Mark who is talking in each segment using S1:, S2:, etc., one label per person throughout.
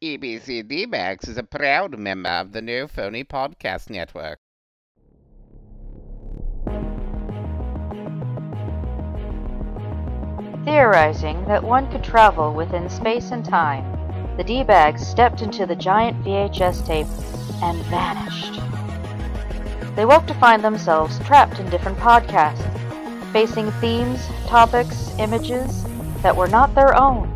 S1: E BBC DMAX is a proud member of the No Phony Podcast Network.
S2: Theorizing that one could travel within space and time, the D bags stepped into the giant VHS tape and vanished. They woke to find themselves trapped in different podcasts, facing themes, topics, images that were not their own.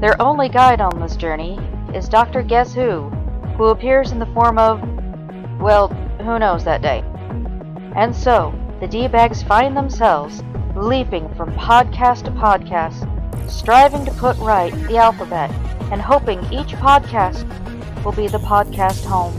S2: Their only guide on this journey is Dr. Guess Who, who appears in the form of, well, who knows that day. And so, the D bags find themselves leaping from podcast to podcast, striving to put right the alphabet, and hoping each podcast will be the podcast home.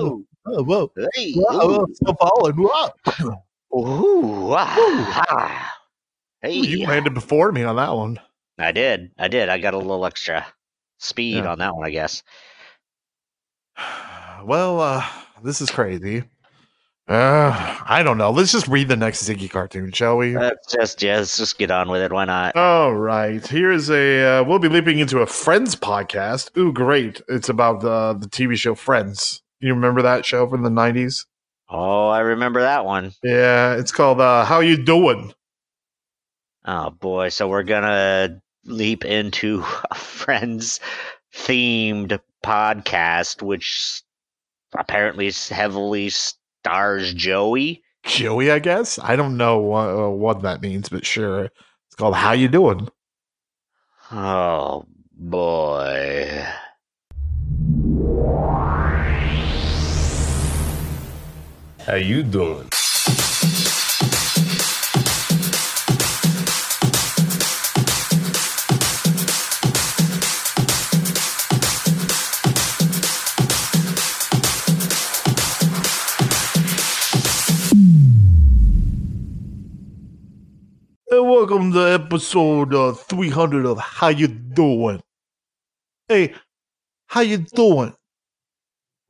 S3: Hey,
S4: Wow,
S3: ooh,
S4: it's so fallen. Wow.
S3: ooh, ah, ah. Hey,
S4: You landed before me on that one.
S3: I did. I did. I got a little extra speed
S4: Yeah.
S3: on that one, I guess.
S4: Well, uh, this is crazy. Uh, I don't know. Let's just read the next Ziggy cartoon, shall we?
S3: Let's just, yeah, let's just get on with it. Why not?
S4: All right. Here is a. Uh, we'll be leaping into a Friends podcast. Ooh, great! It's about the the TV show Friends. You remember that show from the nineties?
S3: Oh, I remember that one.
S4: Yeah, it's called uh, "How You Doing."
S3: Oh boy, so we're gonna leap into a friends themed podcast, which apparently s- heavily stars Joey.
S4: Joey, I guess. I don't know what, uh, what that means, but sure, it's called "How You Doing."
S3: Oh boy.
S5: How you doing?
S4: And welcome to episode uh, 300 of How You Doing. Hey, how you doing?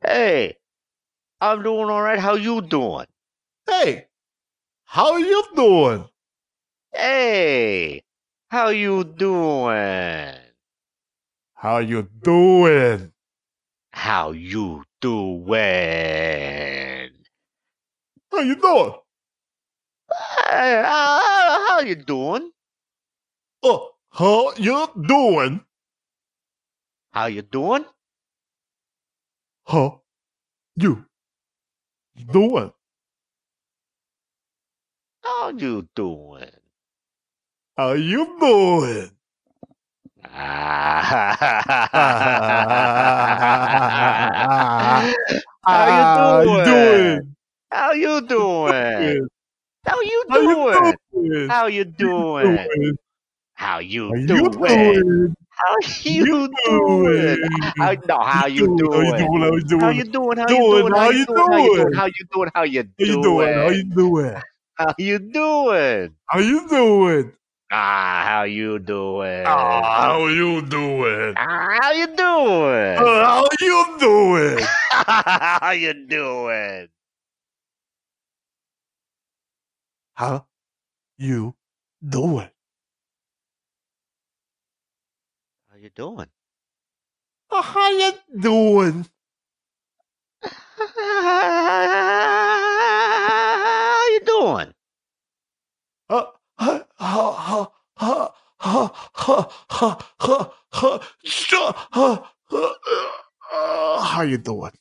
S3: Hey, I'm doing all right. How you doing?
S4: Hey, how you doing?
S3: Hey, how you doing?
S4: How you doing?
S3: How you doing?
S4: How you doing?
S3: Hey, how, how you doing?
S4: Oh, how you doing?
S3: How you doing?
S4: How you doing?
S3: How you doing?
S4: How you doing?
S3: How
S4: How you
S3: doing? you doing? How you
S4: How you
S3: doing?
S4: doing?
S3: How you doing? How
S4: How
S3: you
S4: you
S3: doing?
S4: doing?
S3: How you doing? How no? How you doing?
S4: How you doing?
S3: How you doing? How you doing? How you doing? How you doing? How you
S4: How you doing? How
S3: doing?
S4: you doing? How you doing?
S3: How you doing? Ah, how you doing?
S4: Ah, how you doing?
S3: Ah, how you doing?
S4: Ah, how you doing?
S3: How you doing?
S4: How you doing?
S3: How you doing?
S4: Ah, how you doing? Ah,
S3: How you doing?
S4: ah, ah, ah, ah, ah, ah, ah, ah, ah, ah, ah, ah, How you doing?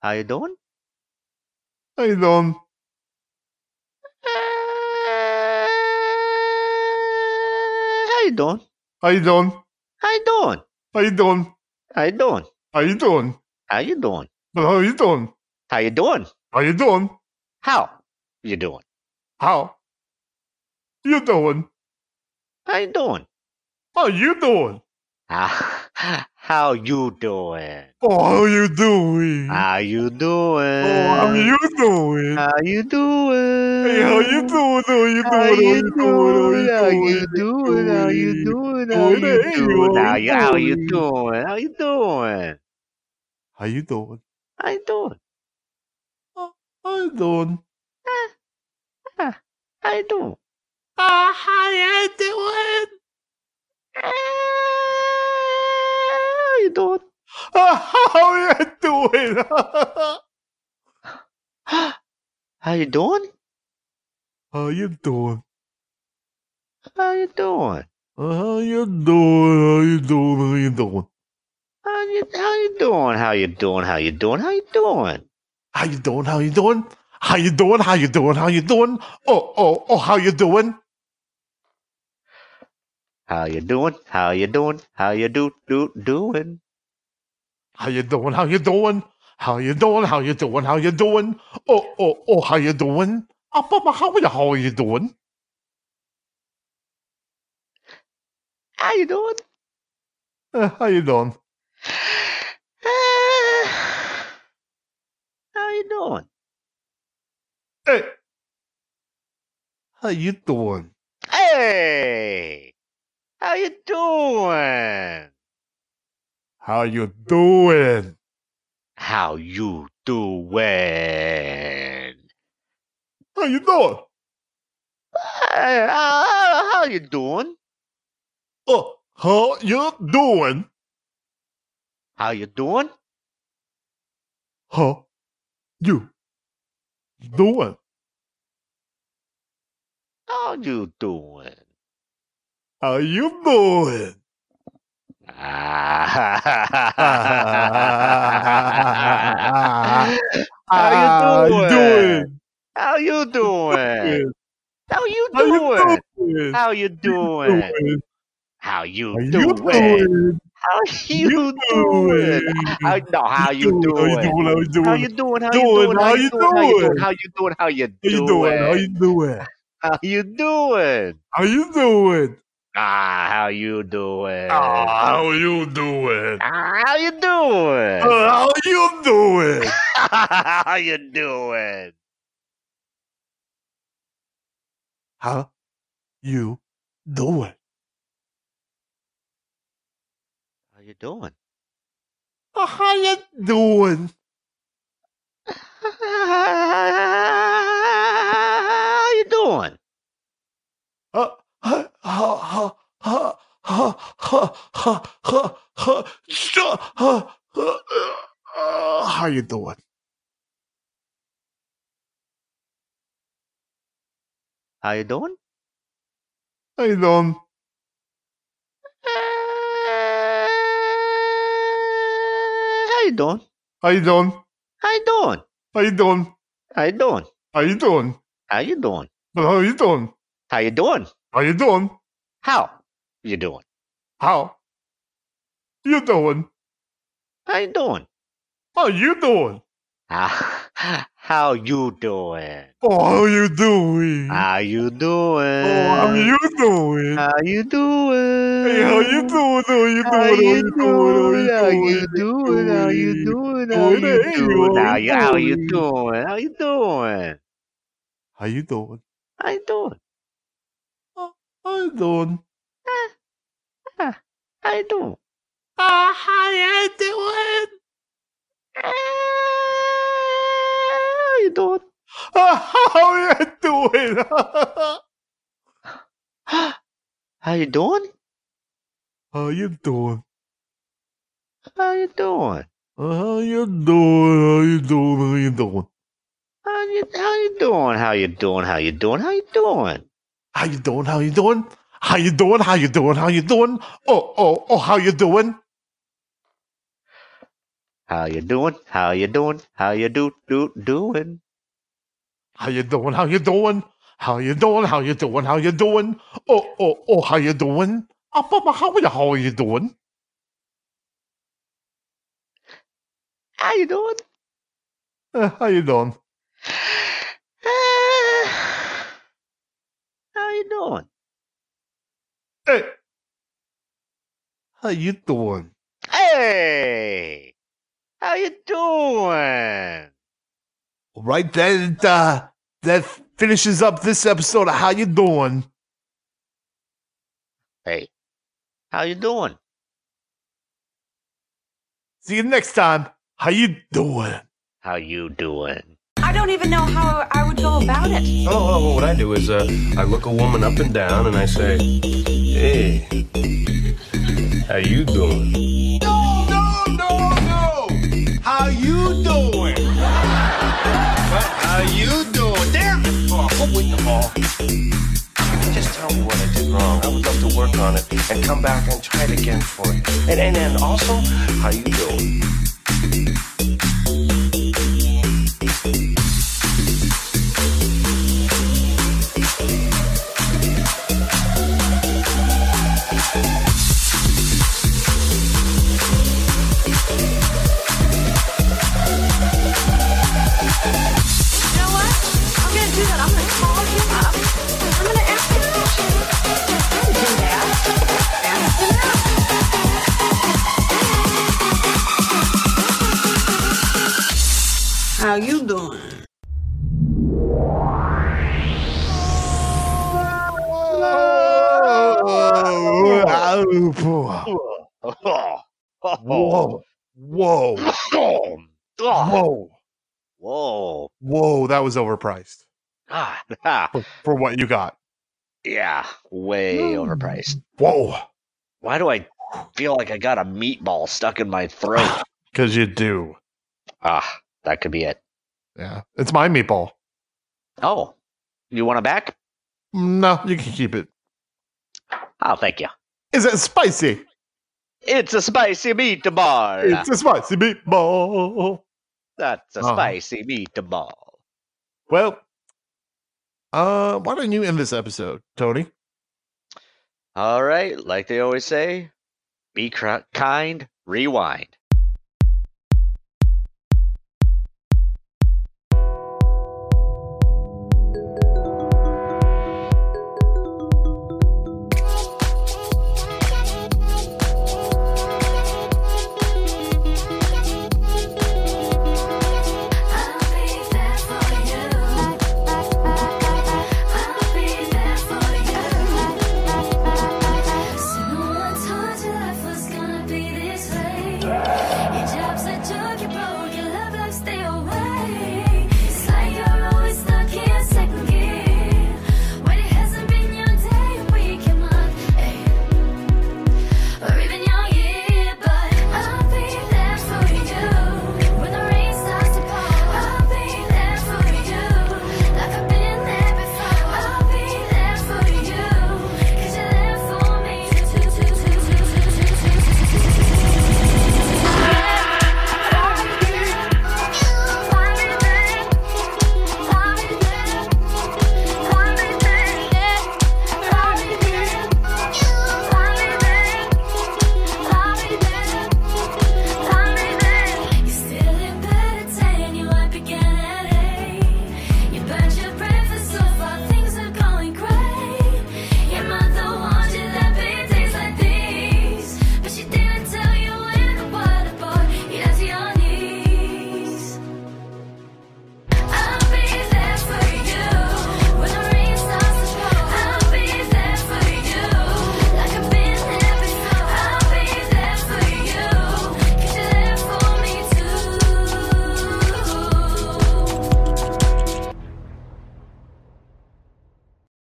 S3: How you doing?
S4: How you doing?
S3: How you doing?
S4: How you doing?
S3: How you doing?
S4: How you doing?
S3: How you doing?
S4: How you doing?
S3: How you doing?
S4: But how you doing?
S3: How you doing?
S4: How you doing?
S3: How you doing?
S4: How you doing?
S3: How
S4: How you
S3: you doing?
S4: doing?
S3: Ah, How you doing?
S4: Oh, how you doing?
S3: How you
S4: Hmm? oh,
S3: doing?
S4: how you doing?
S3: How you doing?
S4: Hey, how you doing? uh, How you doing?
S3: How you doing? How
S4: How
S3: you doing? How you doing? How you
S4: Doing? Hey,
S3: doing?
S4: how
S3: How
S4: you
S3: you how you
S4: doing?
S3: doing? How you doing?
S4: How you doing?
S3: How you doing?
S4: How you doing?
S3: How you doing?
S4: Uh, how you doing?
S3: Ah, How you doing?
S4: Uh, how you doing?
S3: How you doing?
S4: how you doing?
S3: How you doing?
S4: Uh, How you doing? How you doing? How you doing? How you doing? How you doing? How you doing? How you doing?
S3: How you how you doing? How you doing? How you doing? How you doing?
S4: How you doing? Oh, oh, oh, how you doing? How you doing? How you doing? How you doing? How
S3: How you doing? How you doing? How you do do doing?
S4: you doing? How you doing? Oh, oh, oh, how you doing? Oh, Papa, how are you? How are you doing?
S3: How you doing?
S4: Uh, how you doing?
S3: Ah, How you doing?
S4: Hey, how you doing?
S3: Hey, how you doing?
S4: How you doing?
S3: How you doing?
S4: How you doing?
S3: Hey, how, how, how you doing?
S4: Oh, how you doing?
S3: How you doing?
S4: How you doing?
S3: How you
S4: How you doing?
S3: doing? Ah, How you doing? How you doing? How you
S4: How you
S3: doing?
S4: doing?
S3: How you doing? How
S4: How
S3: you
S4: you
S3: doing?
S4: doing?
S3: How you doing? How no? How you doing?
S4: How you doing?
S3: How you doing? How you doing? How you doing? How you doing?
S4: How
S3: How you
S4: you doing? How
S3: doing?
S4: you doing?
S3: How
S4: How you doing? Ah, how you doing?
S3: you doing? Ah, how you doing? Ah, how you Ah. doing?
S4: Ah, How you doing?
S3: How you doing?
S4: How you doing?
S3: How you doing?
S4: Ah, How you doing?
S3: How you doing?
S4: Ha ha ha ha ha ha ha ha ha Stop. ha ha uh, How you doing?
S3: How you doing?
S4: How you doing?
S3: How you doing?
S4: How you doing?
S3: How you doing?
S4: How you doing?
S3: How you doing?
S4: How you doing?
S3: How you doing?
S4: But how you doing?
S3: How you doing?
S4: How you doing?
S3: How you doing?
S4: How you doing?
S3: How you doing?
S4: How you doing?
S3: Ah, How you doing?
S4: Oh, how you doing?
S3: How you
S4: Oh, how
S3: doing?
S4: you doing?
S3: How you
S4: Hey, how you
S3: doing?
S4: doing? How you
S3: How you
S4: doing?
S3: doing? How
S4: How
S3: you
S4: you
S3: doing? How you
S4: doing?
S3: doing? How
S4: How you doing?
S3: you
S4: Hey,
S3: doing? How you how
S4: how
S3: you
S4: you doing?
S3: doing?
S4: How
S3: How you doing?
S4: you doing?
S3: How you doing?
S4: Oh, how you doing?
S3: How you doing?
S4: Ah, how you doing?
S3: Ah, How you doing?
S4: Ah, how you doing? how you doing?
S3: How you doing? How you doing?
S4: How you doing? How you doing? How you doing?
S3: How you how you doing? How you doing? How you doing? How you doing?
S4: How you doing? How you doing? How you doing? How you doing? How you doing? Oh, oh, oh, how you doing?
S3: How you doing? How you doing? How you do do doing?
S4: How you doing? How you doing? How you doing? How you doing? How you doing? Oh, oh, oh, how you doing? Oh, Papa, how are you? How are you doing?
S3: How you doing?
S4: Uh, how you doing?
S3: Ah, How you doing?
S4: Hey, how you doing?
S3: Hey, Eh, how you doing?
S4: Right, that uh, that finishes up this episode of How You Doing.
S3: Hey, how you doing?
S4: See you next time. How you doing?
S3: How you doing?
S6: I don't even know how I would go about it.
S5: Hello, hello. What I do is uh, I look a woman up and down and I say, hey, how you doing?
S7: No, no, no, no. How you doing? What are you doing? Damn it,
S8: Oh,
S7: Paul. What with the ball?
S8: Just tell me what I did wrong. I would love to work on it and come back and try it again for you. And and, and also, how you doing?
S6: You know what? I'm gonna do that. I'm gonna call him up. I'm gonna ask him a question. I would do that. Ask him out. How you doing?
S4: Oh, boy.
S3: Whoa. oh.
S4: Whoa. Whoa.
S3: Whoa.
S4: Whoa. Whoa, that was overpriced
S3: God.
S4: for, for what you got.
S3: Yeah, way overpriced.
S4: Whoa.
S3: Why do I feel like I got a meatball stuck in my throat?
S4: Because you do.
S3: ah, that could be it.
S4: Yeah. It's my meatball.
S3: Oh, you want it back?
S4: No, you can keep it.
S3: Oh, thank you.
S4: Is it spicy?
S3: It's a spicy meatball.
S4: It's a spicy meatball.
S3: That's a
S4: Uh-huh.
S3: spicy meatball.
S4: Well, uh, why don't you end this episode, Tony?
S3: All right, like they always say, be cr- kind, rewind.